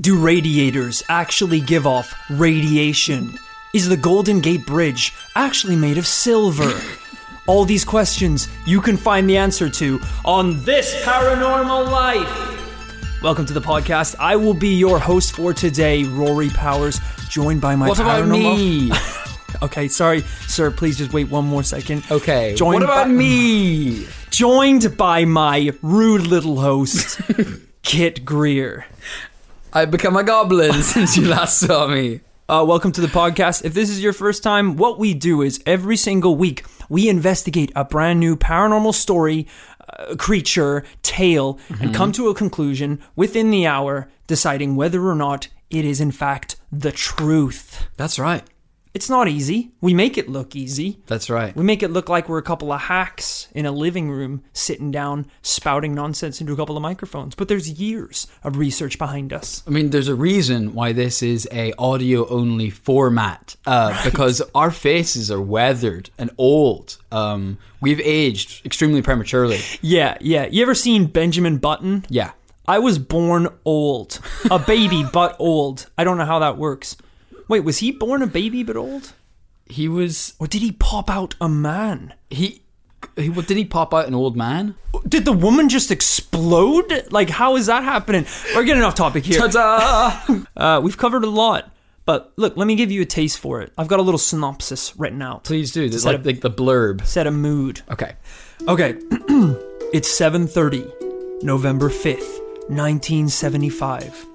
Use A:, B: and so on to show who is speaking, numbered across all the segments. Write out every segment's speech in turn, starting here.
A: Do radiators actually give off radiation? Is the Golden Gate Bridge actually made of silver? All these questions you can find the answer to on This Paranormal Life. Welcome to the podcast. I will be your host for today, Rory Powers, joined by my
B: What about
A: paranormal-
B: me?
A: okay, sorry, sir. Please just wait one more second.
B: Okay.
A: Joined
B: what about
A: by-
B: me?
A: Joined by my rude little host, Kit Greer.
B: I've become a goblin since you last saw me.
A: Uh, welcome to the podcast. If this is your first time, what we do is every single week we investigate a brand new paranormal story, uh, creature, tale, and come to a conclusion within the hour, deciding whether or not it is in fact the truth.
B: That's right.
A: It's not easy. We make it look easy.
B: That's right.
A: We make it look like we're a couple of hacks in a living room sitting down spouting nonsense into a couple of microphones, but there's years of research behind us.
B: I mean, there's a reason why this is a audio only format uh, because our faces are weathered and old. Um, we've aged extremely prematurely.
A: Yeah, yeah. You ever seen Benjamin Button?
B: Yeah.
A: I was born old. A baby, but old. I don't know how that works. Wait, was he born a baby but old?
B: He was
A: Or did he pop out a man?
B: he. he what, did he pop out an old man?
A: Did the woman just explode? Like, how is that happening? We're getting off topic here.
B: Ta-da!
A: Uh, we've covered a lot, but look, let me give you a taste for it. I've got a little synopsis written out.
B: Please do. There's
A: Set
B: like,
A: up-
B: like the blurb.
A: Set a mood.
B: Okay.
A: Okay. it's 7:30, November 5th, 1975.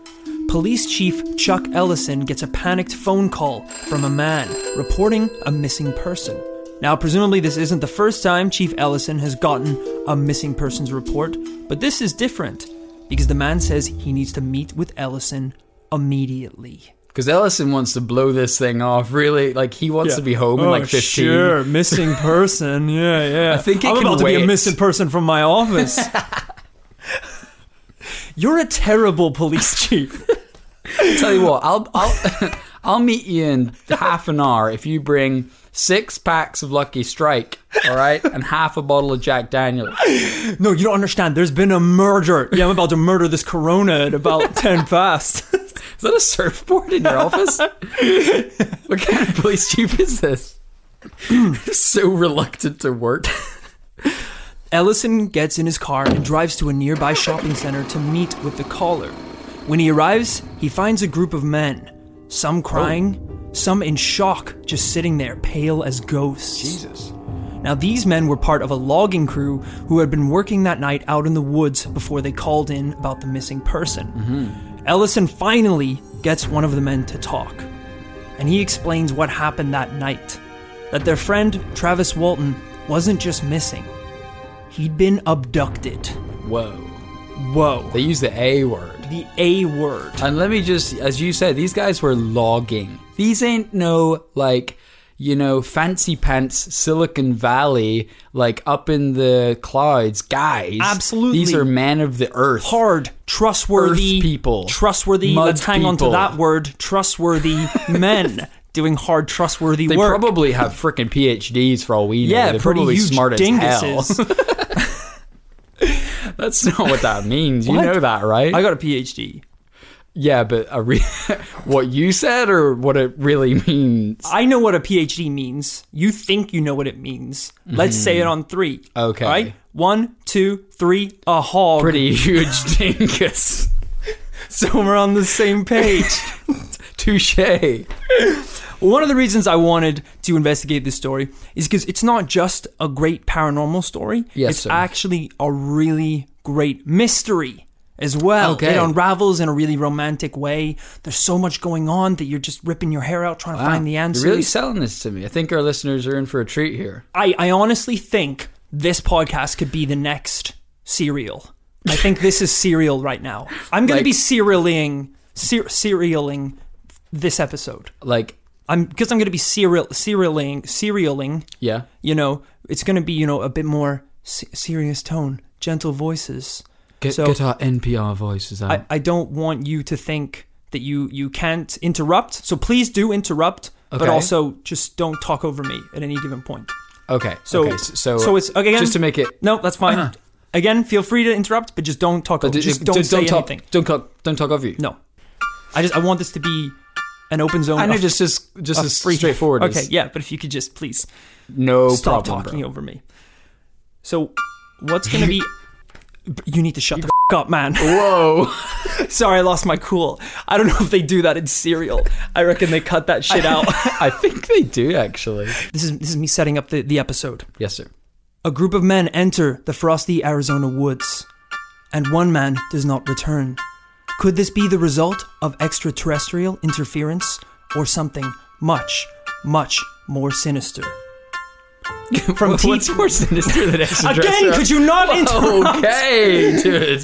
A: Police Chief Chuck Ellison gets a panicked phone call from a man reporting a missing person. Now, presumably, this isn't the first time Chief Ellison has gotten a missing persons report, but this is different because the man says he needs to meet with Ellison immediately.
B: Because Ellison wants to blow this thing off. Really, like he wants to be home in like 15.
A: Oh, Sure, missing person. Yeah, yeah. I
B: think it
A: I'm
B: can
A: about to be a
B: wait.
A: missing person from my office. You're a terrible police chief.
B: Tell you what, I'll I'll I'll meet you in half an hour if you bring six packs of Lucky Strike, all right, and half a bottle of Jack Daniel.
A: No, you don't understand. There's been a murder. Yeah, I'm about to murder this Corona at about ten past.
B: Is that a surfboard in your office? what kind of police chief is this? so reluctant to work.
A: Ellison gets in his car and drives to a nearby shopping center to meet with the caller. When he arrives, he finds a group of men, some crying, some in shock, just sitting there, pale as ghosts.
B: Jesus.
A: Now, these men were part of a logging crew who had been working that night out in the woods before they called in about the missing person.
B: Mm-hmm.
A: Ellison finally gets one of the men to talk, and he explains what happened that night that their friend, Travis Walton, wasn't just missing, he'd been abducted.
B: Whoa.
A: Whoa.
B: They use the A word.
A: The A word.
B: And let me just, as you said, these guys were logging. These ain't no like, you know, fancy pants Silicon Valley, like up in the clouds, guys.
A: Absolutely.
B: these are men of the earth.
A: hard, trustworthy
B: Earth people.
A: Trustworthy.
B: Mud
A: let's hang on to
B: people.
A: that word. Trustworthy men doing hard, trustworthy
B: They
A: work.
B: probably have freaking PhDs for all we know.
A: yeah,
B: They're
A: pretty
B: probably
A: huge
B: smart
A: dinguses.
B: as hell. That's not what that means. You
A: What?
B: know that, right?
A: I got a PhD.
B: yeah, but a re- what you said or what it really means.
A: I know what a PhD means. You think you know what it means. Let's say it on three.
B: Mm-hmm. Okay.
A: All right? One, two, three, a hog.
B: Pretty huge dingus.
A: So we're on the same page.
B: Touche.
A: One of the reasons I wanted to investigate this story is because it's not just a great paranormal story.
B: Yes,
A: it's
B: sir.
A: actually a really great mystery as well.
B: Okay.
A: It unravels in a really romantic way. There's so much going on that you're just ripping your hair out trying to find the
B: Wow,
A: answers.
B: You're really selling this to me. I think our listeners are in for a treat here.
A: I, I honestly think this podcast could be the next serial. I think this is serial right now. I'm going to
B: Like-
A: be serialing, ser- serialing this episode.
B: Like,
A: I'm because I'm going to be serial, serialing, serialing.
B: yeah.
A: You know, it's going to be you know a bit more se- serious tone, gentle voices.
B: Get,
A: So-
B: get our NPR voices out.
A: I, I don't want you to think that you you can't interrupt. So please do interrupt, but
B: Okay.
A: also just don't talk over me at any given point.
B: okay.
A: So
B: okay, s- so,
A: so it's again
B: just to make it. Uh-huh.
A: No, that's fine. Again, feel free to interrupt, but just don't talk. Over, just don't say
B: talk,
A: anything.
B: Don't talk. Don't talk over you.
A: No. I just I want this to be an open zone.
B: I know
A: of-
B: just as just
A: of
B: as
A: free-
B: straightforward.
A: Okay,
B: as,
A: yeah, but if you could just please
B: no
A: stop
B: problem.
A: talking
B: bro.
A: over me. So, what's gonna be? You need to shut the f- up, man.
B: Whoa.
A: Sorry, I lost my cool. I don't know if they do that in cereal. I reckon they cut that shit out.
B: I think they do actually.
A: this is this is me setting up the, the episode.
B: Yes, sir.
A: A group of men enter the frosty Arizona woods, and one man does not return. Could this be the result of extraterrestrial interference or something much, much more sinister? From T-
B: What's more sinister than
A: Again, could you not interrupt?
B: Okay, dude.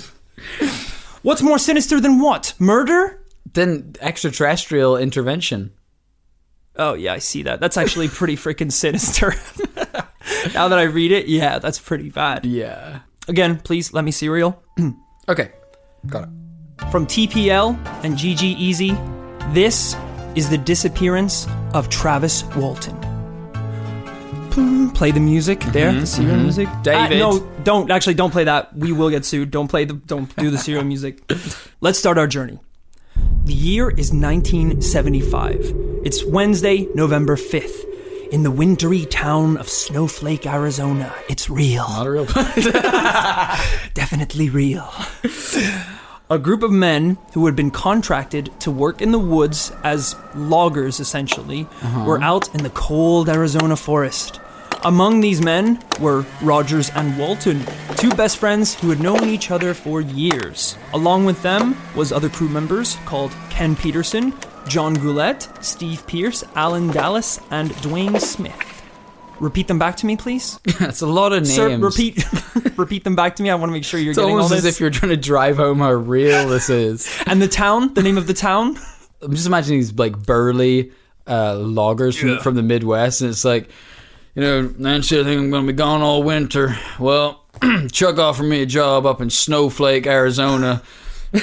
A: What's more sinister than what? Murder?
B: Then extraterrestrial intervention.
A: Oh yeah, I see that. That's actually pretty freaking sinister. now that I read it, yeah, that's pretty bad.
B: Yeah.
A: Again, please let me cereal.
B: Okay. Got it.
A: From TPL and GG Easy, this is the disappearance of Travis Walton. Plum, Play the music there, the serial music. Ah,
B: David.
A: no, don't actually don't play that. We will get sued. Don't play the don't do the serial music. Let's start our journey. The year is 1975. It's Wednesday, November 5th. In the wintry town of Snowflake, Arizona, it's real
B: Not a real.
A: definitely real. a group of men who had been contracted to work in the woods as loggers, essentially, were out in the cold Arizona forest. Among these men were Rogers and Walton, two best friends who had known each other for years. Along with them was other crew members called Ken Peterson, John Goulette, Steve Pierce, Alan Dallas, and Dwayne Smith. Repeat them back to me, please.
B: That's a lot of names.
A: Sir, repeat repeat them back to me. I want to make sure you're
B: It's
A: getting all
B: almost
A: this.
B: as if you're trying to drive home how real this is.
A: and the town, the name of the town.
B: I'm just imagining these like burly uh, loggers from, from the Midwest, and it's like, you know, Nancy, I think I'm going to be gone all winter. Well, Chuck offered me a job up in Snowflake, Arizona.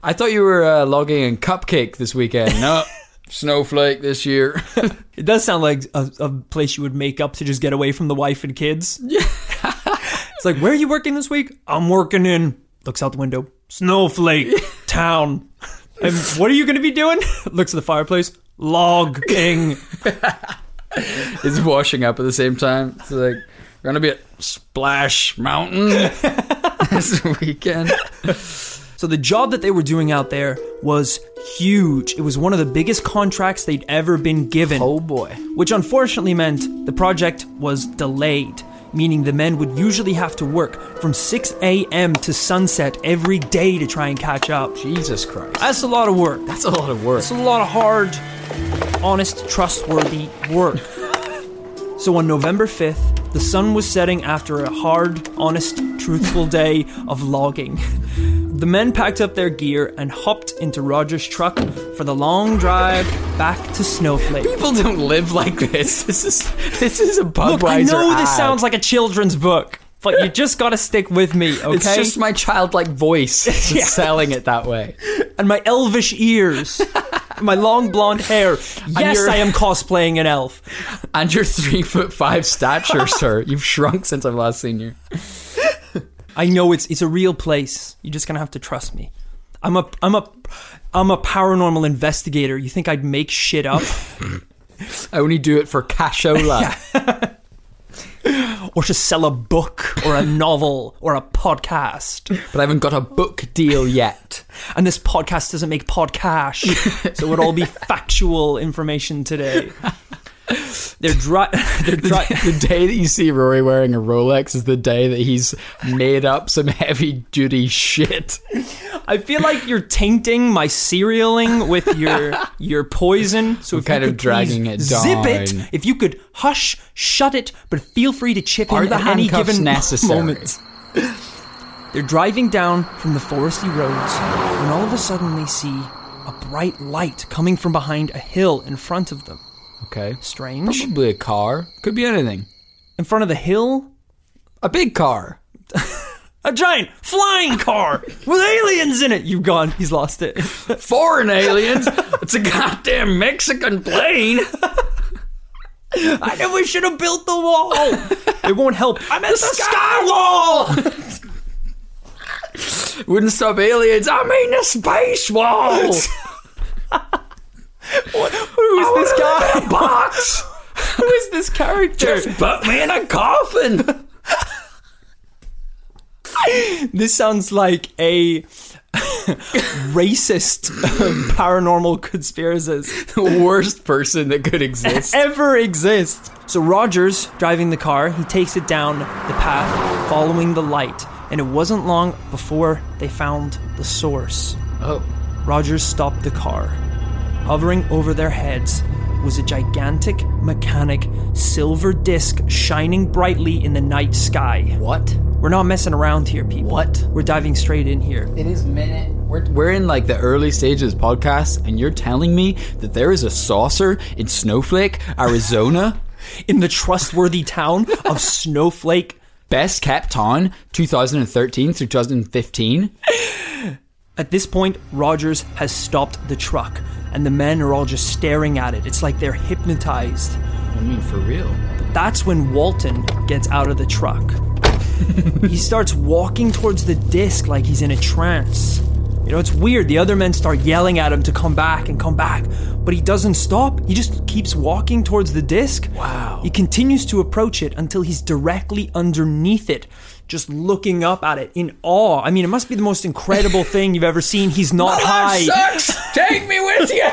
B: I thought you were uh, logging in Cupcake this weekend. No, Snowflake this year.
A: It does sound like a, a place you would make up to just get away from the wife and kids. Yeah. it's like, where are you working this week? I'm working in. Looks out the window. Snowflake town. And what are you going to be doing? Looks at the fireplace. Logging.
B: It's washing up at the same time. It's like, we're going to be at Splash Mountain this weekend.
A: So the job that they were doing out there was huge. It was one of the biggest contracts they'd ever been given.
B: Oh boy.
A: which unfortunately meant the project was delayed, meaning the men would usually have to work from 6 a.m. to sunset every day to try and catch up.
B: Jesus Christ.
A: That's a lot of work.
B: That's a lot of work.
A: That's a lot of hard, honest, trustworthy work. so on November 5th, the sun was setting after a hard, honest, truthful day of logging. The men packed up their gear and hopped into Roger's truck for the long drive back to Snowflake.
B: People don't live like this. This is this is a Budweiser.
A: Look, I know this
B: ad.
A: sounds like a children's book, but you just gotta stick with me, okay?
B: It's just my childlike voice that's
A: Yeah.
B: selling it that way.
A: and my elvish ears, my long blonde hair. Yes,
B: your-
A: I am cosplaying an elf.
B: And your three foot five stature, sir. You've shrunk since I've last seen you.
A: I know it's it's a real place. You're just gonna have to trust me. I'm a I'm a I'm a paranormal investigator. You think I'd make shit up
B: I only do it for cashola.
A: or to sell a book or a novel or a podcast?
B: But I haven't got a book deal yet.
A: And this podcast doesn't make podcast, so it would all be factual information today. They're dry. They're dry.
B: the day that you see Rory wearing a Rolex is the day that he's made up some heavy duty shit.
A: I feel like you're tainting my cerealing with your your poison. So if
B: kind
A: you
B: of
A: could
B: dragging
A: please
B: it
A: Zip it.
B: down.
A: If you could hush, shut it, but feel free to chip
B: Are
A: in
B: the
A: at any
B: handcuffs
A: given
B: necessary?
A: moment. They're driving down from the foresty roads when all of a sudden they see a bright light coming from behind a hill in front of them.
B: Okay.
A: Strange.
B: Probably a car. Could be anything.
A: In front of the hill,
B: A big car.
A: a giant flying car with aliens in it. You've gone. He's lost it.
B: foreign aliens. it's a goddamn Mexican plane.
A: I knew we should have built the wall. it won't help. I'm at the,
B: Skywall. Wouldn't stop aliens. I mean the space wall.
A: What- who is this guy?
B: box.
A: Who is this character?
B: Just put me in a coffin.
A: This sounds like a racist um, paranormal conspiracist
B: the worst person that could exist.
A: ever exist. So Rogers, driving the car, he takes it down the path, following the light, and it wasn't long before they found the source.
B: Oh.
A: Rogers stopped the car. Hovering over their heads was a gigantic mechanic silver disc shining brightly in the night sky.
B: What?
A: We're not messing around here, people.
B: What?
A: We're diving straight in here.
B: It is minute. We're, we're in like the early stages of this podcast, and you're telling me that there is a saucer in Snowflake, Arizona,
A: In the trustworthy town of Snowflake,
B: best kept on 2013 through 2015.
A: At this point, Rogers has stopped the truck, and the men are all just staring at it. It's like they're hypnotized.
B: I mean, for real.
A: That's when Walton gets out of the truck. he starts walking towards the disc like he's in a trance. You know, it's weird. The other men start yelling at him to come back and come back, but he doesn't stop. He just keeps walking towards the disc.
B: Wow.
A: He continues to approach it until he's directly underneath it, just looking up at it in awe. I mean, it must be the most incredible thing you've ever seen. He's not high.
B: sucks. Take me with you.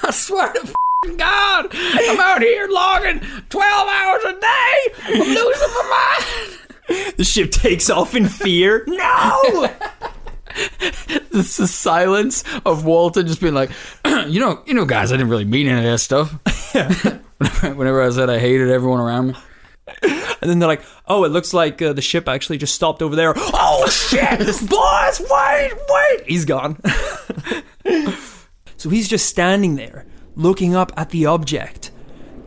B: I swear to f***ing God, I'm out here logging 12 hours a day. I'm losing my mind.
A: The ship takes off in fear. no!
B: It's the silence of Walton just being like, you know, you know, guys, I didn't really mean any of that stuff. Whenever I said I hated everyone around me.
A: And then they're like, oh, it looks like uh, the ship actually just stopped over there. Oh, shit! Boys, wait, wait! He's gone. so he's just standing there, looking up at the object.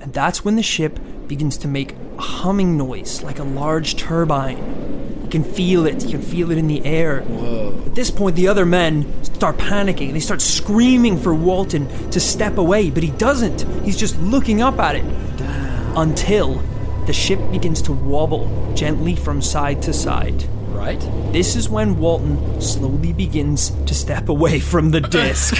A: And that's when the ship begins to make a humming noise, like a large turbine. You can feel it, you can feel it in the air. At this point, the other men start panicking. They start screaming for Walton to step away, but he doesn't. He's just looking up at it until the ship begins to wobble gently from side to side.
B: Right?
A: This is when Walton slowly begins to step away from the disc.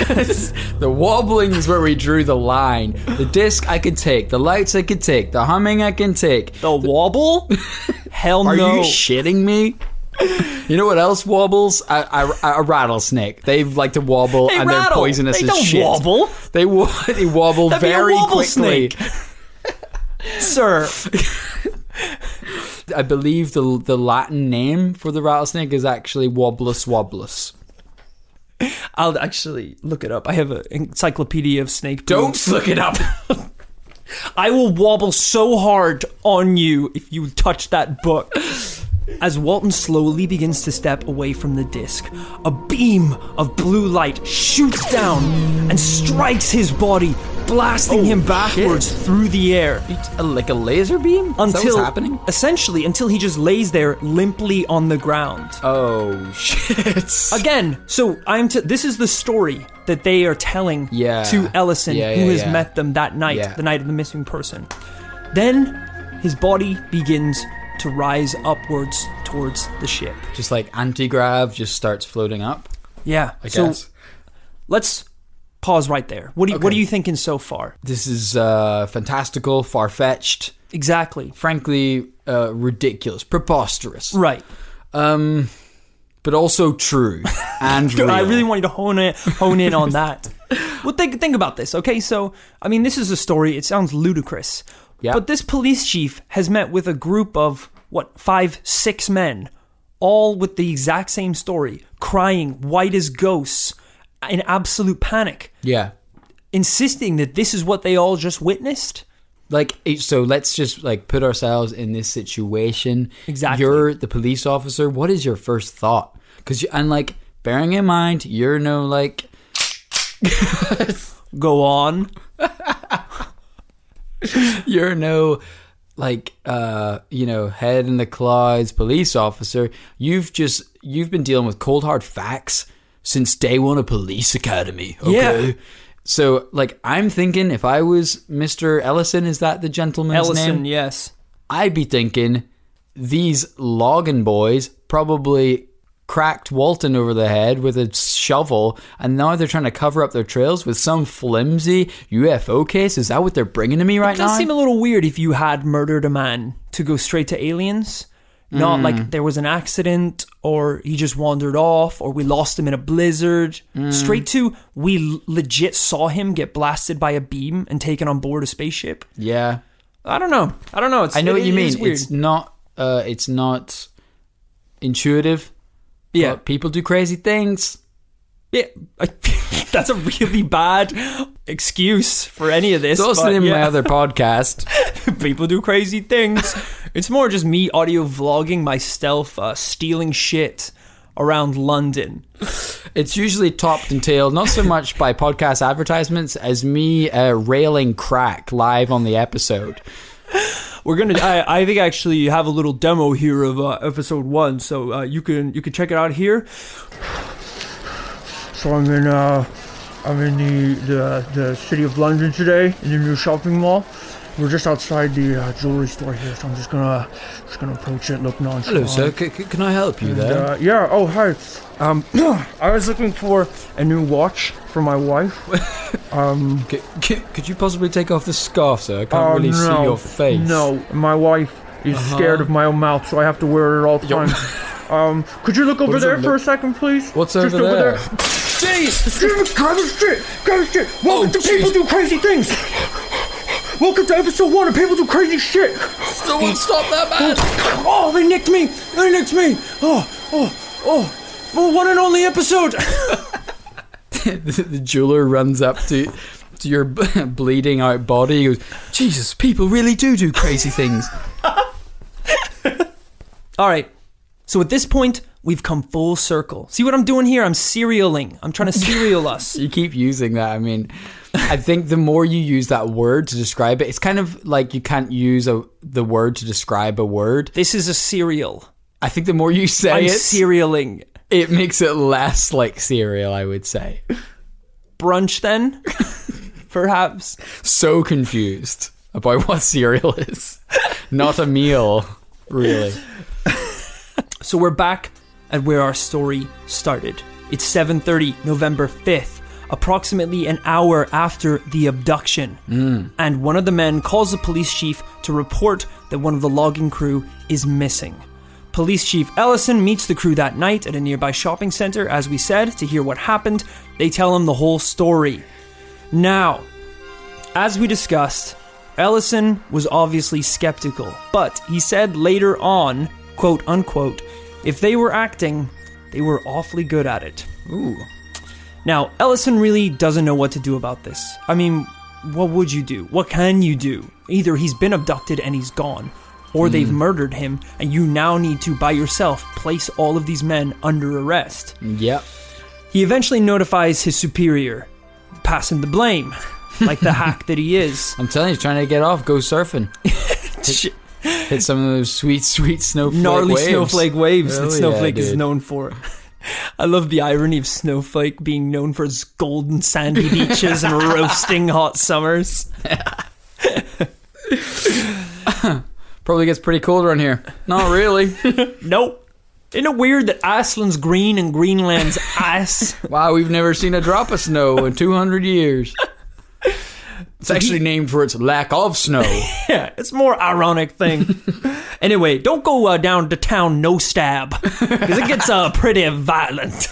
B: The wobbling is where we drew the line. The disc I can take, the lights I can take, the humming I can take,
A: the wobble? Hell
B: Are
A: no.
B: you shitting me? You know what else wobbles? A, a, a rattlesnake. They like to wobble
A: They
B: and they're
A: rattle.
B: poisonous
A: They
B: as
A: don't
B: shit.
A: wobble.
B: They, wo- they wobble
A: That'd be a
B: very
A: wobble
B: quickly.
A: snake. Sir,
B: I believe the the Latin name for the rattlesnake is actually wobblus wobblus.
A: I'll actually look it up. I have an encyclopedia of snake.
B: Don't look it up.
A: I will wobble so hard on you if you touch that book. As Walton slowly begins to step away from the disc, a beam of blue light shoots down and strikes his body,
B: Oh,
A: blasting him backwards through the air.
B: A- like a laser beam? Is that
A: Until
B: what's happening?
A: essentially until he just lays there limply on the ground.
B: Oh shit!
A: Again, so I'm t- this is the story that they are telling
B: Yeah.
A: to Ellison
B: Yeah,
A: who
B: yeah,
A: has
B: yeah.
A: met them that night,
B: Yeah.
A: the night of the missing person. Then his body begins to rise upwards towards the ship.
B: Just like anti grav, just starts floating up.
A: Yeah.
B: I
A: so
B: guess
A: let's pause right there. What do you, what are you thinking so far?
B: this is uh, fantastical, far fetched.
A: Exactly.
B: frankly uh, ridiculous, preposterous,
A: Right.
B: um, but also true and real.
A: I really want you to hone in, hone in on that. Well, think think about this, okay? So, I mean, this is a story. It sounds ludicrous,
B: Yeah.
A: but this police chief has met with a group of what five, six men, all with the exact same story, crying white as ghosts, in absolute panic,
B: yeah.
A: insisting that this is what they all just witnessed.
B: Like it- so, let's just like put ourselves in this situation.
A: Exactly.
B: You're the police officer. What is your first thought? Because and like bearing in mind, you're no like
A: Go on.
B: you're no like uh you know head in the clouds police officer you've just you've been dealing with cold hard facts since day one of police academy okay
A: Yeah.
B: so like i'm thinking if i was mr ellison is that the gentleman's
A: Ellison,
B: name
A: yes.
B: i'd be thinking these logging boys probably cracked Walton over the head with a shovel, and now they're trying to cover up their trails with some flimsy UFO case. Is that what they're bringing to me right
A: It does
B: now?
A: seem a little weird if you had murdered a man to go straight to aliens. Not
B: Mm.
A: like there was an accident or he just wandered off or we lost him in a blizzard.
B: Mm.
A: Straight to we l- legit saw him get blasted by a beam and taken on board a spaceship.
B: yeah,
A: I don't know. I don't know. It's,
B: I know
A: it-
B: what you
A: it is
B: mean.
A: weird.
B: It's not. Uh, it's not intuitive.
A: yeah.
B: but people do crazy things.
A: yeah. that's a really bad excuse for any of this.
B: It's also
A: but
B: in my
A: yeah.
B: other podcast.
A: people do crazy things. it's more just me audio vlogging my stealth, uh, stealing shit around London.
B: It's usually topped and tailed, not so much by podcast advertisements as me uh, railing crack live on the episode.
A: We're gonna. I, I think I actually have a little demo here of uh, episode one, so uh, you can you can check it out here.
C: So I'm in uh, I'm in the, the the city of London today in the new shopping mall. We're just outside the uh, jewelry store here, so I'm just gonna just gonna approach it, look nonchalant.
B: Hello, sir. C- c- can I help you there?
C: Uh, yeah. Oh, hi. Um, I was looking for a new watch for my wife. Um,
B: C- c- could you possibly take off the scarf, sir? I can't
C: Oh,
B: really see
C: no.
B: your face.
C: no, my wife is
B: Uh-huh.
C: scared of my own mouth, so I have to wear it all the time. um, could you look over
B: does it
C: there for
B: look-
C: a second, please?
B: What's
C: Just
B: over, there?
C: Jesus, grab the shit! Grab the shit! Welcome
B: Oh,
C: to People
B: jeez.
C: Do Crazy Things! Welcome to episode one of People Do Crazy Shit!
B: Someone stop that man!
A: Oh, they nicked me! They nicked me! Oh, oh, oh! For one and only episode.
B: the, the jeweler runs up to to your b- bleeding out body. He goes, Jesus, people really do do crazy things.
A: All right. So at this point, we've come full circle. See what I'm doing here? I'm serialing. I'm trying to serial us.
B: You keep using that. I mean, I think the more you use that word to describe it, it's kind of like you can't use a, the word to describe a word.
A: This is a serial.
B: I think the more you say
A: I'm
B: it,
A: serialing.
B: it makes it less like cereal, I would say.
A: Brunch then, perhaps.
B: So confused about what cereal is. Not a meal, really.
A: So we're back at where our story started. It's 7:30, November 5th, approximately an hour after the abduction. And one of the men calls the police chief to report that one of the logging crew is missing. Police Chief Ellison meets the crew that night at a nearby shopping center, as we said, to hear what happened. They tell him the whole story. Now, as we discussed, Ellison was obviously skeptical, but he said later on, quote unquote, if they were acting, they were awfully good at it. Ooh. Now, Ellison really doesn't know what to do about this. I mean, what would you do? What can you do? Either he's been abducted and he's gone, or they've murdered him, and you now need to, by yourself, place all of these men under arrest.
B: Yep.
A: He eventually notifies his superior, passing the blame, like the hack that he is.
B: I'm telling you, trying to get off, go surfing. hit, hit some of those sweet, sweet snowflake
A: gnarly
B: waves.
A: snowflake waves
B: Hell
A: that
B: yeah,
A: Snowflake is
B: dude.
A: known for. I love the irony of Snowflake being known for its golden sandy beaches and roasting hot summers.
B: Probably gets pretty cold around here. Not really.
A: Nope. Isn't it weird that Iceland's green and Greenland's ice?
B: Wow, we've never seen a drop of snow in 200 years. It's actually named for its lack of snow.
A: yeah, it's more ironic thing. anyway, don't go uh, down to town no stab because it gets uh, pretty violent.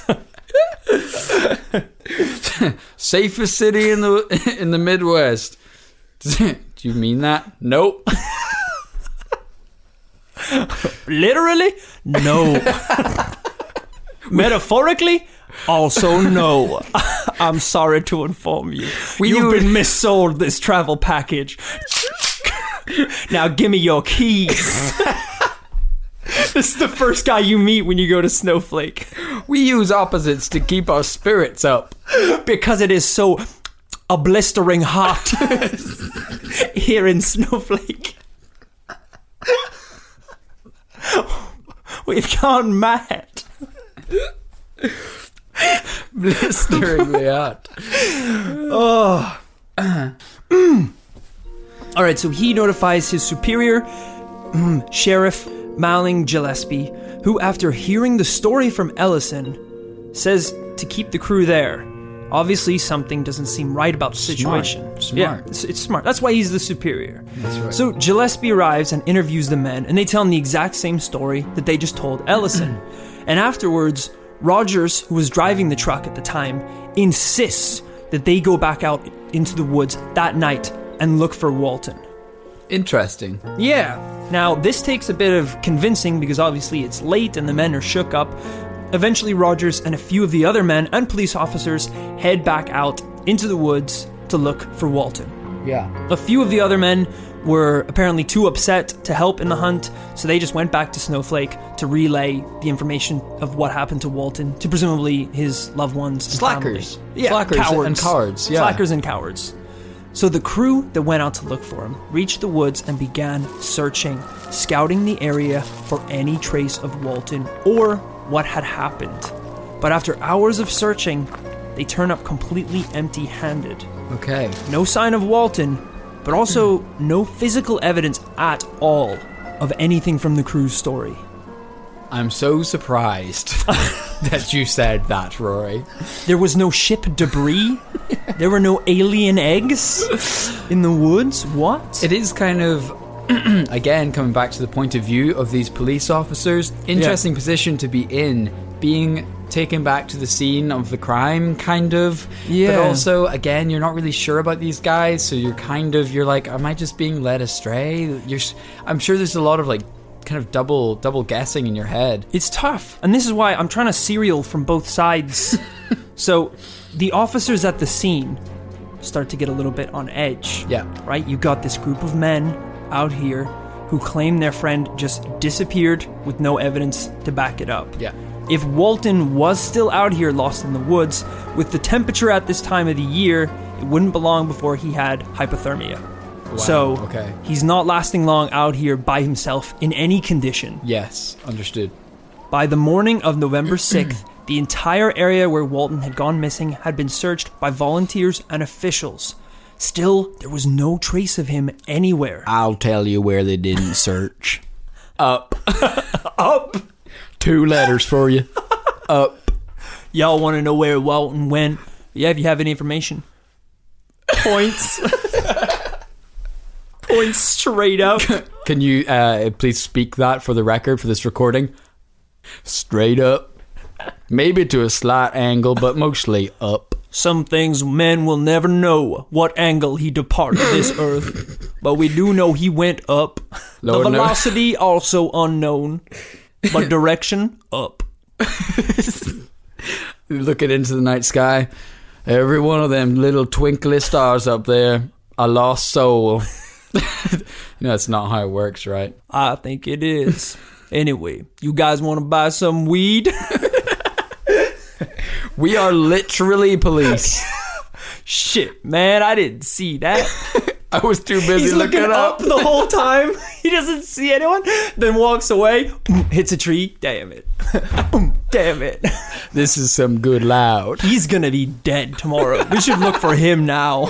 B: Safest city in the in the Midwest. Do you mean that? Nope.
A: Literally, no. Metaphorically, also no. I'm sorry to inform you.
B: We
A: You've
B: knew-
A: been missold this travel package. now give me your keys. this is the first guy you meet when you go to Snowflake
B: We use opposites to keep our spirits up.
A: because it is so a blistering hot here in Snowflake. We've gone mad.
B: Blisteringly hot.
A: All right, so he notifies his superior, mm, sheriff, Malling Gillespie, who, after hearing the story from Ellison, says to keep the crew there. Obviously, something doesn't seem right about the
B: Smart.
A: situation.
B: Smart.
A: Yeah, it's, it's smart. That's why he's the superior.
B: That's right.
A: So Gillespie arrives and interviews the men, and they tell him the exact same story that they just told Ellison. and afterwards, Rogers, who was driving the truck at the time, insists that they go back out into the woods that night and look for Walton.
B: Interesting.
A: Yeah. Now, this takes a bit of convincing because obviously it's late and the men are shook up. Eventually, Rogers and a few of the other men and police officers head back out into the woods to look for Walton.
B: Yeah.
A: A few of the other men were apparently too upset to help in the hunt, so they just went back to Snowflake to relay the information of what happened to Walton to presumably his loved ones. and
B: Slackers.
A: family. Yeah,
B: Slackers and
A: cowards.
B: cowards, yeah.
A: Slackers and cowards. So the crew that went out to look for him reached the woods and began searching, scouting the area for any trace of Walton or what had happened. But after hours of searching, they turn up completely empty handed
B: Okay.
A: no sign of Walton, but also no physical evidence at all of anything from the crew's story.
B: I'm so surprised that you said that, Rory.
A: There was no ship debris. there were no alien eggs in the woods. What?
B: It is kind of, again, coming back to the point of view of these police officers, interesting position to be in, being taken back to the scene of the crime, kind of.
A: Yeah.
B: But also, again, you're not really sure about these guys, so you're kind of, you're like, am I just being led astray? You're, s- I'm sure there's a lot of like, kind of double double guessing in your head.
A: it's tough. And this is why I'm trying to serial from both sides. so the officers at the scene start to get a little bit on edge.
B: Yeah.
A: Right? You got this group of men out here who claim their friend just disappeared with no evidence to back it up.
B: Yeah.
A: If Walton was still out here lost in the woods, with the temperature at this time of the year, it wouldn't be long before he had hypothermia. so
B: okay.
A: he's not lasting long out here by himself in any condition.
B: Yes, understood.
A: By the morning of November 6th, the entire area where Walton had gone missing had been searched by volunteers and officials. Still, there was no trace of him anywhere.
B: I'll tell you where they didn't search. Up. Up. Two letters for you.
A: Y'all want to know where Walton went? Yeah, if you have any information. Points. Points straight up.
B: Can you uh, please speak that for the record for this recording? Straight up. Maybe to a slight angle, but mostly up.
A: Some things men will never know what angle he departed this earth, but we do know he went up.
B: Lord
A: the
B: knows.
A: velocity also unknown, but direction up.
B: Looking into the night sky, every one of them little twinkly stars up there, a lost soul. no, that's not how it works, right?
A: I think it is. anyway, you guys want to buy some weed?
B: We are literally police.
A: Shit, man, I didn't see that.
B: I was too busy
A: He's
B: looking,
A: looking up
B: up.
A: the whole time. He doesn't see anyone, then walks away, boom, hits a tree. Damn it. Boom, Damn it.
B: This is some good loud.
A: He's going to be dead tomorrow. We should look for him now.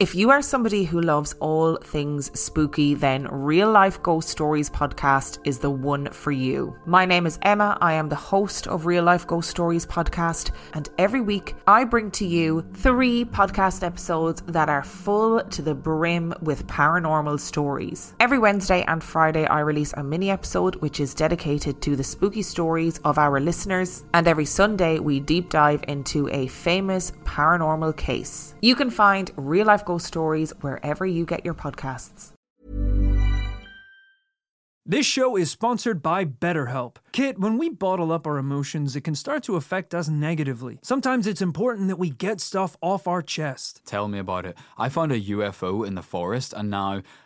D: If you are somebody who loves all things spooky, then Real Life Ghost Stories podcast is the one for you. My name is Emma. I am the host of Real Life Ghost Stories podcast. And every week, I bring to you three podcast episodes that are full to the brim with paranormal stories. Every Wednesday and Friday, I release a mini episode which is dedicated to the spooky stories of our listeners. And every Sunday, we deep dive into a famous paranormal case. You can find real life ghost stories wherever you get your podcasts.
A: This show is sponsored by BetterHelp. Kit, when we bottle up our emotions, it can start to affect us negatively. Sometimes it's important that we get stuff off our chest.
B: Tell me about it. I found a UFO in the forest, and now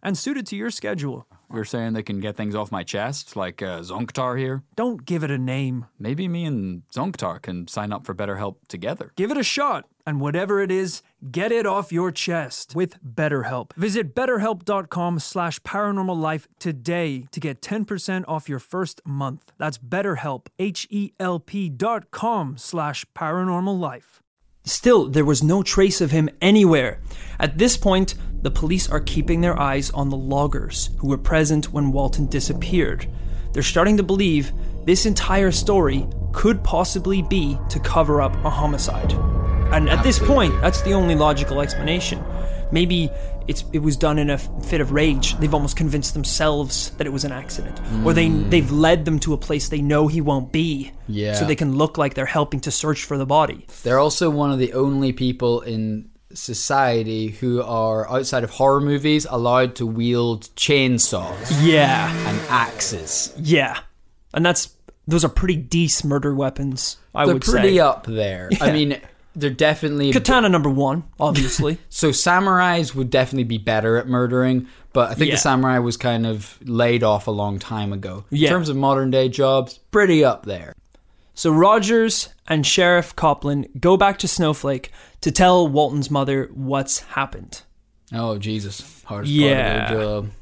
A: and suited to your schedule.
B: You're saying they can get things off my chest, like uh, Zonktar here?
A: Don't give it a name.
B: Maybe me and Zonktar can sign up for BetterHelp together.
A: Give it a shot. And whatever it is, get it off your chest with BetterHelp. Visit betterhelp.com slash paranormal life today to get 10% off your first month. That's betterhelp, H-E-L-P dot com slash paranormal life. Still, there was no trace of him anywhere. At this point, the police are keeping their eyes on the loggers who were present when Walton disappeared. They're starting to believe this entire story could possibly be to cover up a homicide. And at this point, that's the only logical explanation. Maybe it's, it was done in a f- fit of rage. They've almost convinced themselves that it was an accident. Or they, they've led them to a place they know he won't be.
E: Yeah.
A: So they can look like they're helping to search for the body.
E: They're also one of the only people in society who are outside of horror movies allowed to wield chainsaws
A: Yeah.
E: and axes.
A: Yeah, and that's those are pretty decent murder weapons. I
E: They're
A: would
E: pretty uh,
A: say
E: up there. I mean, they're definitely
A: katana number one, obviously.
E: so samurais would definitely be better at murdering, but I think
A: Yeah.
E: the samurai was kind of laid off a long time ago.
A: Yeah.
E: In terms of modern day jobs, pretty up there.
A: so Rogers and Sheriff Copland go back to Snowflake to tell Walton's mother what's happened.
E: Oh Jesus, hardest
A: Yeah.
E: part of the job.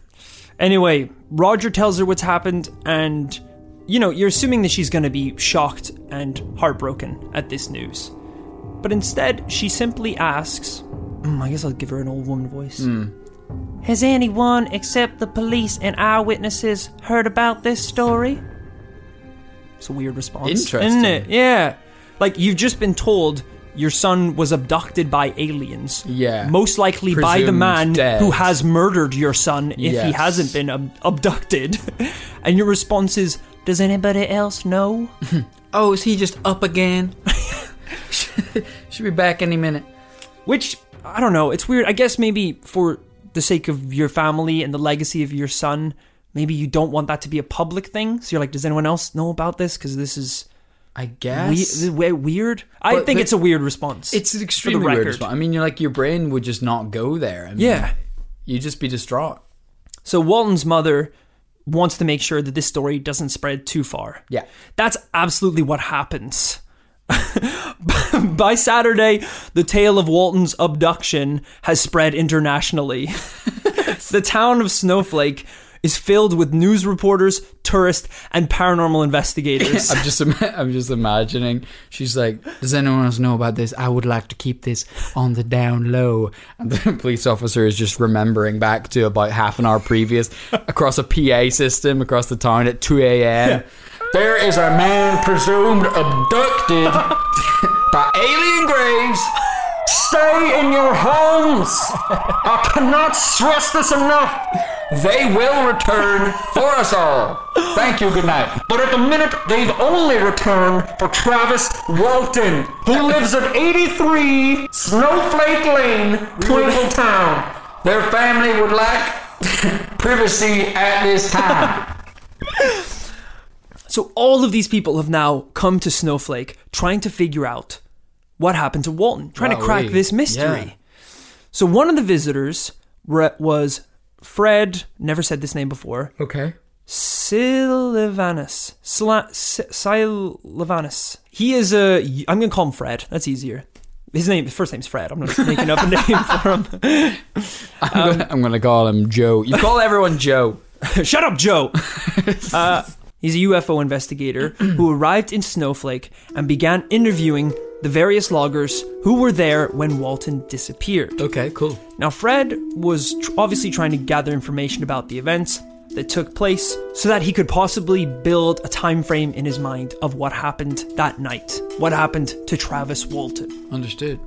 A: Anyway, Roger tells her what's happened, and you know, you're assuming that she's going to be shocked and heartbroken at this news. But instead, she simply asks Mm, I guess I'll give her an old woman voice.
E: Hmm.
A: Has anyone except the police and eyewitnesses heard about this story? It's a weird response. Isn't
E: Interesting.
A: it? Yeah. Like, you've just been told your son was abducted by aliens.
E: Yeah.
A: Most likely by the
E: Presumed
A: man
E: dead.
A: who has murdered your son if he
E: Yes.
A: hasn't been ab- abducted. and your response is, Does anybody else know?
E: Oh, is he just up again? Should be back any minute.
A: Which, I don't know, it's weird. I guess maybe for the sake of your family and the legacy of your son, maybe you don't want that to be a public thing. So you're like, Does anyone else know about this? Because this is
E: I
A: we-
E: guess
A: this is we- weird. I
E: But
A: think
E: the-
A: it's a weird response.
E: it's
A: for
E: an
A: the
E: extremely weird.
A: record.
E: response. I mean, you're like your brain would just not go there. I mean,
A: Yeah.
E: you'd just be distraught.
A: So Walton's mother wants to make sure that this story doesn't spread too far.
E: Yeah.
A: That's absolutely what happens. By Saturday, the tale of Walton's abduction has spread internationally. the town of Snowflake is filled with news reporters, tourists, and paranormal investigators.
E: I'm just, im- I'm just imagining. She's like, "Does anyone else know about this? I would like to keep this on the down low." And the police officer is just remembering back to about half an hour previous across a PA system across the town at 2 a.m. There is a man presumed abducted by alien graves. Stay in your homes. I cannot stress this enough. They will return for us all. Thank you. Good night.
F: But at the minute, they've only returned for Travis Walton, who lives at 83 Snowflake Lane, Twinkle Town.
E: Their family would like privacy at this time.
A: So all of these people have now come to Snowflake trying to figure out what happened to Walton, trying to crack
E: Wowee.
A: this mystery.
E: Yeah.
A: So one of the visitors re- was Fred, never said this name before,
E: Okay.
A: Sylvanus. Sla- S- Sylvanus. He is a, I'm going to call him Fred. That's easier. His name, his first name's Fred. I'm not just making up a name for him.
E: I'm, gonna, I'm gonna call him Joe. You call everyone Joe.
A: Shut up, Joe. Uh, he's a UFO investigator who arrived in Snowflake and began interviewing the various loggers who were there when Walton disappeared.
E: Okay, cool.
A: Now, Fred was tr- obviously trying to gather information about the events that took place so that he could possibly build a time frame in his mind of what happened that night, what happened to Travis Walton.
E: Understood.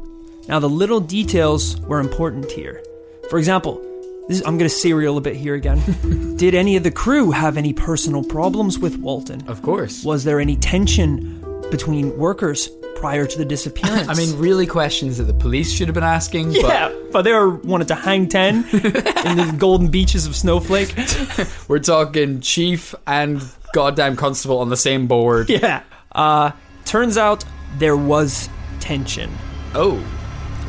A: Now, the little details were important here. For example, This, I'm going to serial a bit here again. Did any of the crew have any personal problems with Walton?
E: Of course.
A: Was there any tension between workers prior to the disappearance?
E: I mean, really questions that the police should have been asking.
A: yeah, but they were wanted to hang ten in the golden beaches of Snowflake.
E: But we're talking chief and goddamn constable on the same board.
A: yeah. Uh, turns out there was tension.
E: Oh.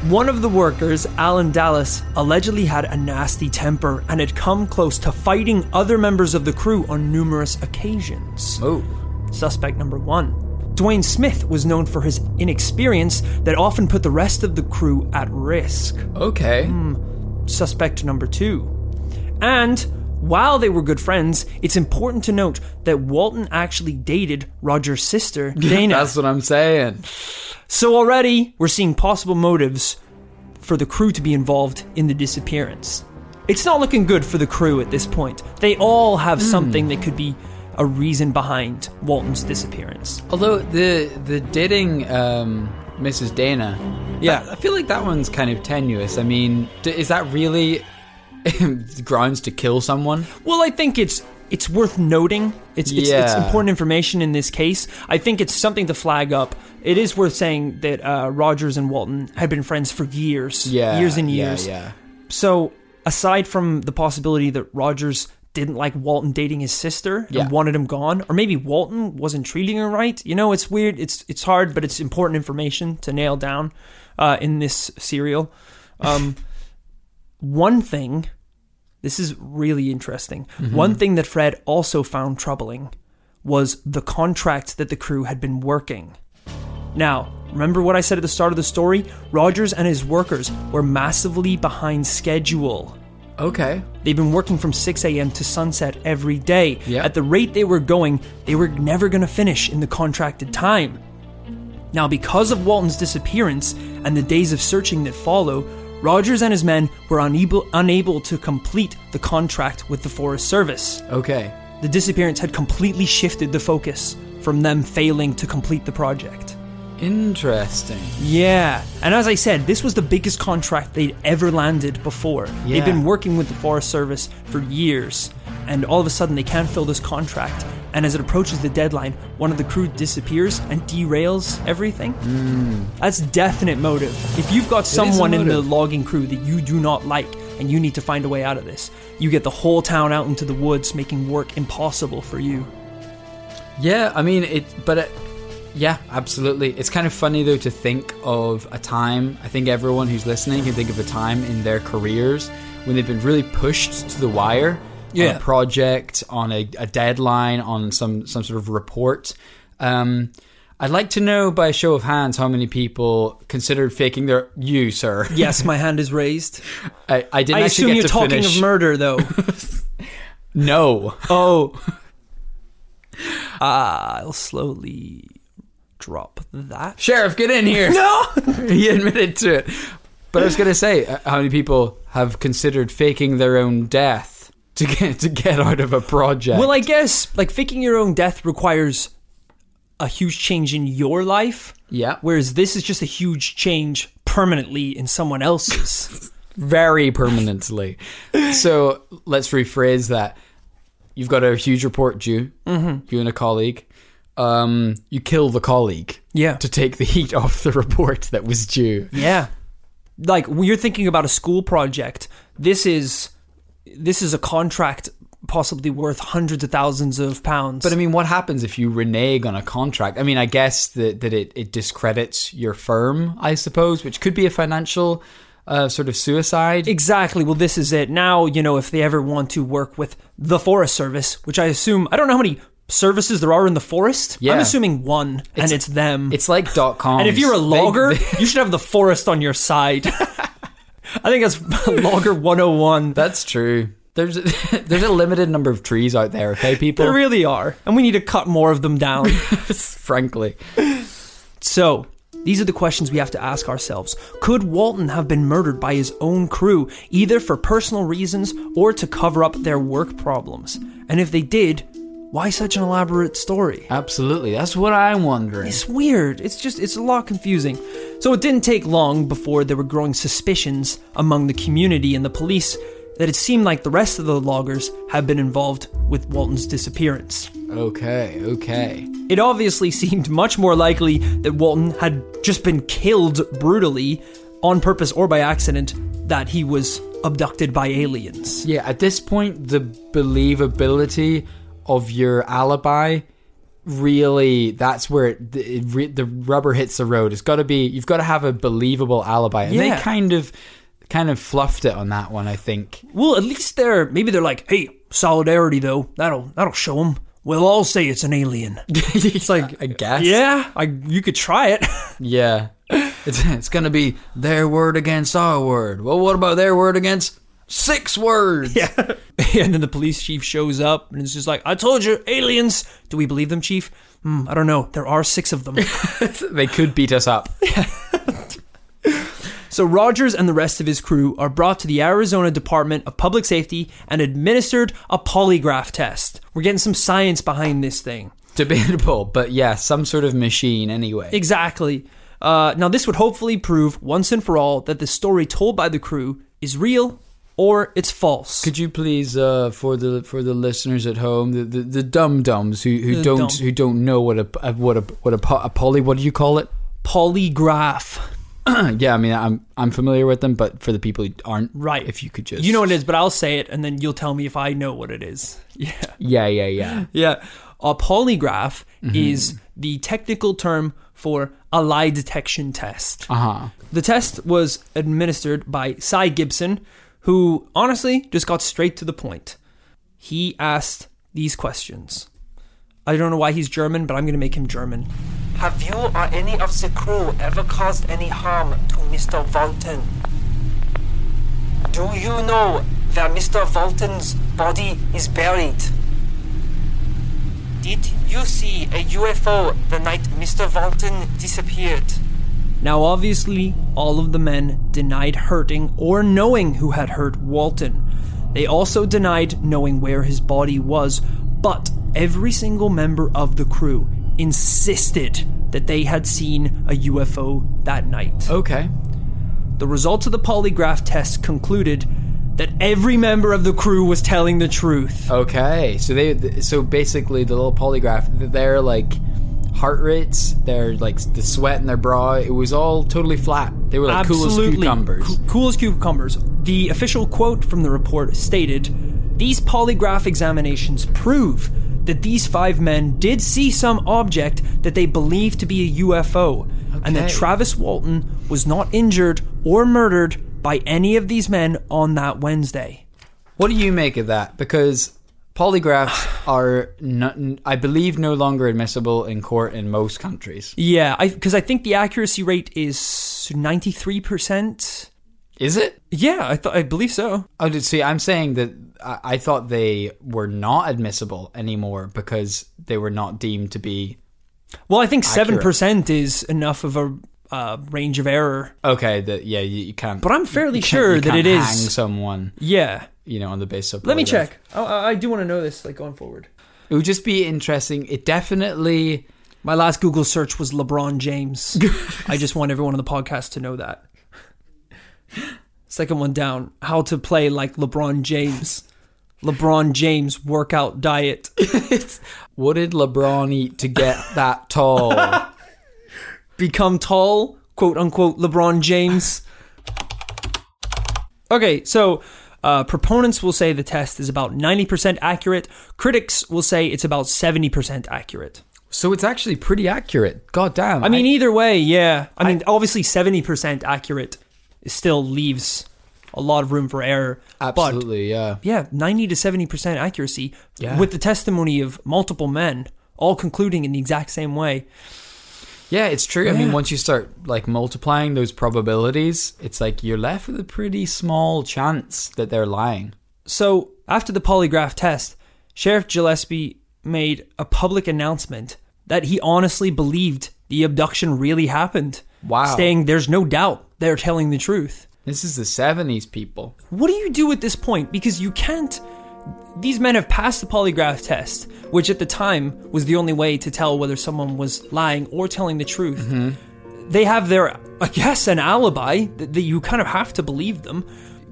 A: One of the workers, Alan Dallas, allegedly had a nasty temper and had come close to fighting other members of the crew on numerous occasions.
E: Oh.
A: Suspect number one. Dwayne Smith was known for his inexperience that often put the rest of the crew at risk.
E: Okay.
A: Suspect number two. And while they were good friends, it's important to note that Walton actually dated Roger's sister, Dana.
E: That's what I'm saying.
A: So already we're seeing possible motives for the crew to be involved in the disappearance. It's not looking good for the crew at this point. They all have
E: Hmm.
A: something that could be a reason behind Walton's disappearance.
E: Although the the dating um, Mrs. Dana,
A: Yeah.
E: I, I feel like that one's kind of tenuous. I mean, d- is that really grounds to kill someone?
A: Well, I think it's it's worth noting. It's it's, it's
E: Yeah.
A: important information in this case. I think it's something to flag up. It is worth saying that uh, Rogers and Walton had been friends for years,
E: Yeah,
A: years and
E: yeah,
A: years.
E: yeah.
A: So, aside from the possibility that Rogers didn't like Walton dating his sister
E: Yeah.
A: and wanted him gone, or maybe Walton wasn't treating her right. You know, it's weird. It's it's hard, but it's important information to nail down uh, in this serial. Um, one thing, this is really interesting. One thing that Fred also found troubling was the contract that the crew had been working. Now, remember what I said at the start of the story? Rogers and his workers were massively behind schedule.
E: Okay.
A: They've been working from 6 a.m. to sunset every day.
E: Yeah.
A: At the rate they were going, they were never going to finish in the contracted time. Now, because of Walton's disappearance and the days of searching that follow, Rogers and his men were unable, unable to complete the contract with the Forest Service.
E: Okay.
A: The disappearance had completely shifted the focus from them failing to complete the project.
E: Interesting.
A: Yeah, and as I said, this was the biggest contract they'd ever landed before.
E: Yeah.
A: They've been working with the Forest Service for years, and all of a sudden they can't fill this contract. And as it approaches the deadline, one of the crew disappears and derails everything.
E: Hmm.
A: That's definite motive. If you've got someone in the
E: motive.
A: logging crew that you do not like and you need to find a way out of this, you get the whole town out into the woods, making work impossible for you.
E: Yeah, I mean it, but it, yeah, absolutely. It's kind of funny though to think of a time. I think everyone who's listening can think of a time in their careers when they've been really pushed to the wire on
A: Yeah.
E: a project, on a, a deadline, on some some sort of report. Um, I'd like to know by a show of hands how many people considered faking their you, sir.
A: Yes, my hand is raised.
E: I, I didn't
A: I
E: actually
A: assume
E: get
A: you're
E: to
A: talking
E: finish.
A: of murder, though.
E: no.
A: Oh. I'll slowly drop that.
E: Sheriff, get in here. No, he admitted to it. But I was gonna say, uh, how many people have considered faking their own death to get to get out of a project?
A: Well, I guess like faking your own death requires a huge change in your life,
E: yeah, we're
A: whereas this is just a huge change permanently in someone else's.
E: very permanently. so let's rephrase that. You've got a huge report due. Mm-hmm. You and a colleague. Um, you kill the colleague.
A: Yeah.
E: To take the heat off the report that was due.
A: yeah. Like when you're thinking about a school project, this is this is a contract possibly worth hundreds of thousands of pounds.
E: But I mean, what happens if you renege on a contract? I mean, I guess that, that it, it discredits your firm, I suppose, which could be a financial uh, sort of suicide.
A: Exactly. Well, this is it. Now, you know, if they ever want to work with the Forest Service, which I assume, I don't know how many services there are in the forest.
E: Yeah.
A: I'm assuming one, and it's them.
E: It's like dot com.
A: and if you're a logger, you should have the forest on your side. I think that's logger 101.
E: that's true. There's there's a limited number of trees out there, okay, people.
A: There really are. And we need to cut more of them down.
E: Frankly,
A: So, these are the questions we have to ask ourselves. Could Walton have been murdered by his own crew, either for personal reasons or to cover up their work problems? And if they did, why such an elaborate story?
E: absolutely. That's what I'm wondering.
A: It's weird. It's just, it's a lot confusing. So, it didn't take long before there were growing suspicions among the community and the police that it seemed like the rest of the loggers had been involved with Walton's disappearance.
E: Okay, okay.
A: It obviously seemed much more likely that Walton had just been killed brutally, on purpose or by accident, that he was abducted by aliens.
E: Yeah, at this point, the believability of your alibi really that's where it, it re, the rubber hits the road it's got to be you've got to have a believable alibi and
A: Yeah.
E: they kind of kind of fluffed it on that one i think
A: Well, at least they're maybe they're like, hey, solidarity though. That'll that'll show them. We'll all say it's an alien.
E: it's like i guess
A: yeah, I you could try it.
E: yeah it's, it's gonna be their word against our word well what about their word against six words yeah
A: and then the police chief shows up and is just like, I told you, aliens. Do we believe them, chief? Hmm, I don't know. There are six of them.
E: they could beat us up
A: So Rogers and the rest of his crew are brought to the Arizona Department of Public Safety and administered a polygraph test. We're getting some science behind this thing.
E: debatable but yeah some sort of machine anyway
A: Exactly. Uh, now, this would hopefully prove once and for all that the story told by the crew is real or it's false.
E: Could you please, uh, for the for the listeners at home, the the, the dum dums who, who
A: The
E: don't
A: dumb.
E: who don't know what a a- what a what a, po- a poly what do you call it?
A: polygraph.
E: yeah, I mean, I'm I'm familiar with them, but for the people who aren't,
A: Right.
E: If you could just,
A: You know what it is, but I'll say it and then you'll tell me if I know what it is. Yeah.
E: yeah, yeah, yeah.
A: Yeah. A polygraph is the technical term for a lie detection test.
E: Uh huh.
A: The test was administered by Cy Gibson, who honestly just got straight to the point. He asked these questions. I don't know why he's German, but I'm going to make him German.
G: Have you or any of the crew ever caused any harm to Mr. Walton? Do you know where Mr. Walton's body is buried? Did you see a UFO the night Mr. Walton disappeared?
A: Now, obviously, all of the men denied hurting or knowing who had hurt Walton. They also denied knowing where his body was, but every single member of the crew insisted that they had seen a UFO that night.
E: Okay.
A: The results of the polygraph test concluded that every member of the crew was telling the truth.
E: Okay. So they so basically the little polygraph, their like heart rates, their like the sweat in their bra, it was all totally flat. They were like cool as
A: Absolutely.
E: cucumbers.
A: Cu- cool as cucumbers. The official quote from the report stated These polygraph examinations prove that these five men did see some object that they believed to be a UFO, and that
E: Okay.
A: Travis Walton was not injured or murdered by any of these men on that Wednesday.
E: What do you make of that? Because polygraphs are, no, I believe, no longer admissible in court in most countries.
A: Yeah, because I think the accuracy rate is 93%.
E: Is it?
A: Yeah, I, th- I believe so.
E: Oh, did- see, I'm saying that I, I thought they were not admissible anymore because they were not deemed to be.
A: Well, I think
E: Accurate.
A: 7% is enough of a uh, range of error.
E: Okay, that yeah, you, you can't.
A: But I'm fairly
E: you can't-
A: sure
E: you
A: that
E: can't
A: it is-
E: hang someone,
A: Yeah.
E: you know, on the basis of.
A: Let me
E: polygraph.
A: check. I, I- I do want to know this, like going forward.
E: It would just be interesting. It definitely.
A: My last Google search was LeBron James. I just want everyone on the podcast to know that. Second one down: How to play like LeBron James. LeBron James workout diet.
E: What did LeBron eat to get that tall?
A: Become tall, quote unquote. LeBron James. Okay, so uh, proponents will say the test is about ninety percent accurate. Critics will say it's about seventy percent accurate.
E: so it's actually pretty accurate. God damn.
A: I mean, either way, yeah. I mean, obviously, seventy percent accurate still leaves a lot of room for error. But
E: absolutely, yeah.
A: yeah, ninety to seventy percent accuracy
E: Yeah.
A: with the testimony of multiple men, all concluding in the exact same way.
E: Yeah, it's true. I mean,
A: Yeah.
E: once you start like multiplying those probabilities, it's like you're left with a pretty small chance that they're lying.
A: So after the polygraph test, Sheriff Gillespie made a public announcement that he honestly believed the abduction really happened.
E: Wow.
A: Saying there's no doubt they're telling the truth.
E: This is the 70s, people.
A: what do you do at this point? Because you can't. These men have passed the polygraph test, which at the time was the only way to tell whether someone was lying or telling the truth.
B: Mm-hmm.
A: They have their, I guess, an alibi that, that you kind of have to believe them.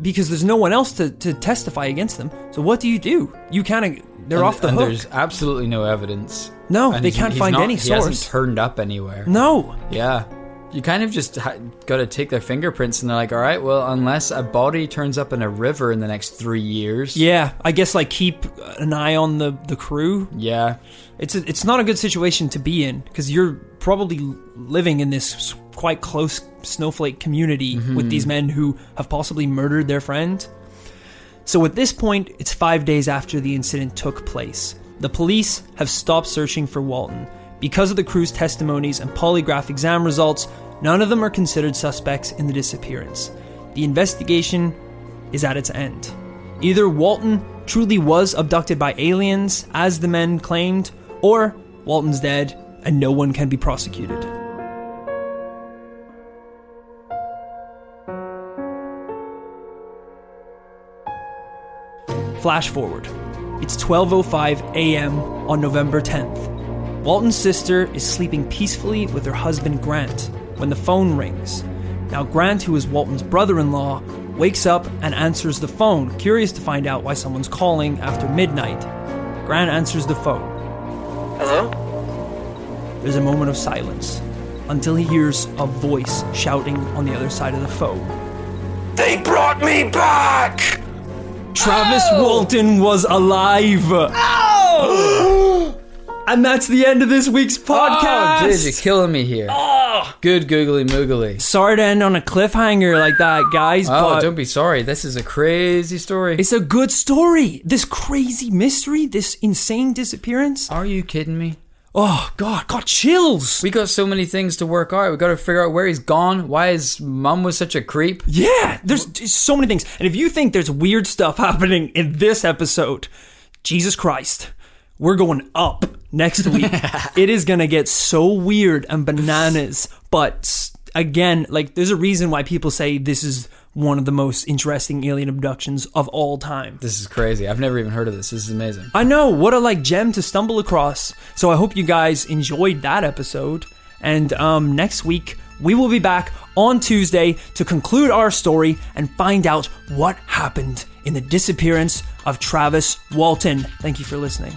A: because there's no one else to, to testify against them. So what do you do? You kind of they're
B: And-
A: off the
B: and
A: hook.
B: There's absolutely no evidence.
A: No,
B: And
A: they
B: he's-
A: can't
B: he's
A: find
B: not-
A: any
B: He hasn't
A: source.
B: turned up anywhere.
A: No,
B: Yeah. You kind of just ha- got to take their fingerprints, and they're like, all right, well, unless a body turns up in a river in the next three years.
A: yeah, I guess like keep an eye on the the crew.
B: Yeah.
A: It's a, it's not a good situation to be in because you're probably living in this s- quite close snowflake community with these men who have possibly murdered their friend. So at this point, it's five days after the incident took place. The police have stopped searching for Walton. Because of the crew's testimonies and polygraph exam results, none of them are considered suspects in the disappearance. The investigation is at its end. Either Walton truly was abducted by aliens, as the men claimed, or Walton's dead and no one can be prosecuted. Flash forward. It's 12:05 a.m. on November 10th. Walton's sister is sleeping peacefully with her husband Grant when the phone rings. Now Grant, who is Walton's brother-in-law, wakes up and answers the phone, curious to find out why someone's calling after midnight. Grant answers the phone.
H: Hello?
A: There's a moment of silence until he hears a voice shouting on the other side of the phone.
H: They brought me back!
A: Travis
B: Oh!
A: Walton was alive. and that's the end of this week's podcast.
B: Oh, dude, you're killing me here.
A: Ah!
B: Good googly moogly.
A: Sorry to end on a cliffhanger like that, guys,
B: Oh,
A: but
B: don't be sorry. This is a crazy story.
A: it's a good story. This crazy mystery, this insane disappearance.
B: Are you kidding me?
A: Oh god, got chills.
B: We got so many things to work out. We got to figure out where he's gone, why his mum was such a creep.
A: Yeah, there's there's so many things. And if you think there's weird stuff happening in this episode, Jesus Christ, we're going up next week. it is going to get so weird and bananas. But s- again, like there's a reason why people say this is one of the most interesting alien abductions of all time.
B: This is crazy. I've never even heard of this. This is amazing.
A: I know, what a like gem to stumble across. So I hope you guys enjoyed that episode. And um, next week, we will be back on Tuesday to conclude our story and find out what happened in the disappearance of Travis Walton. Thank you for listening.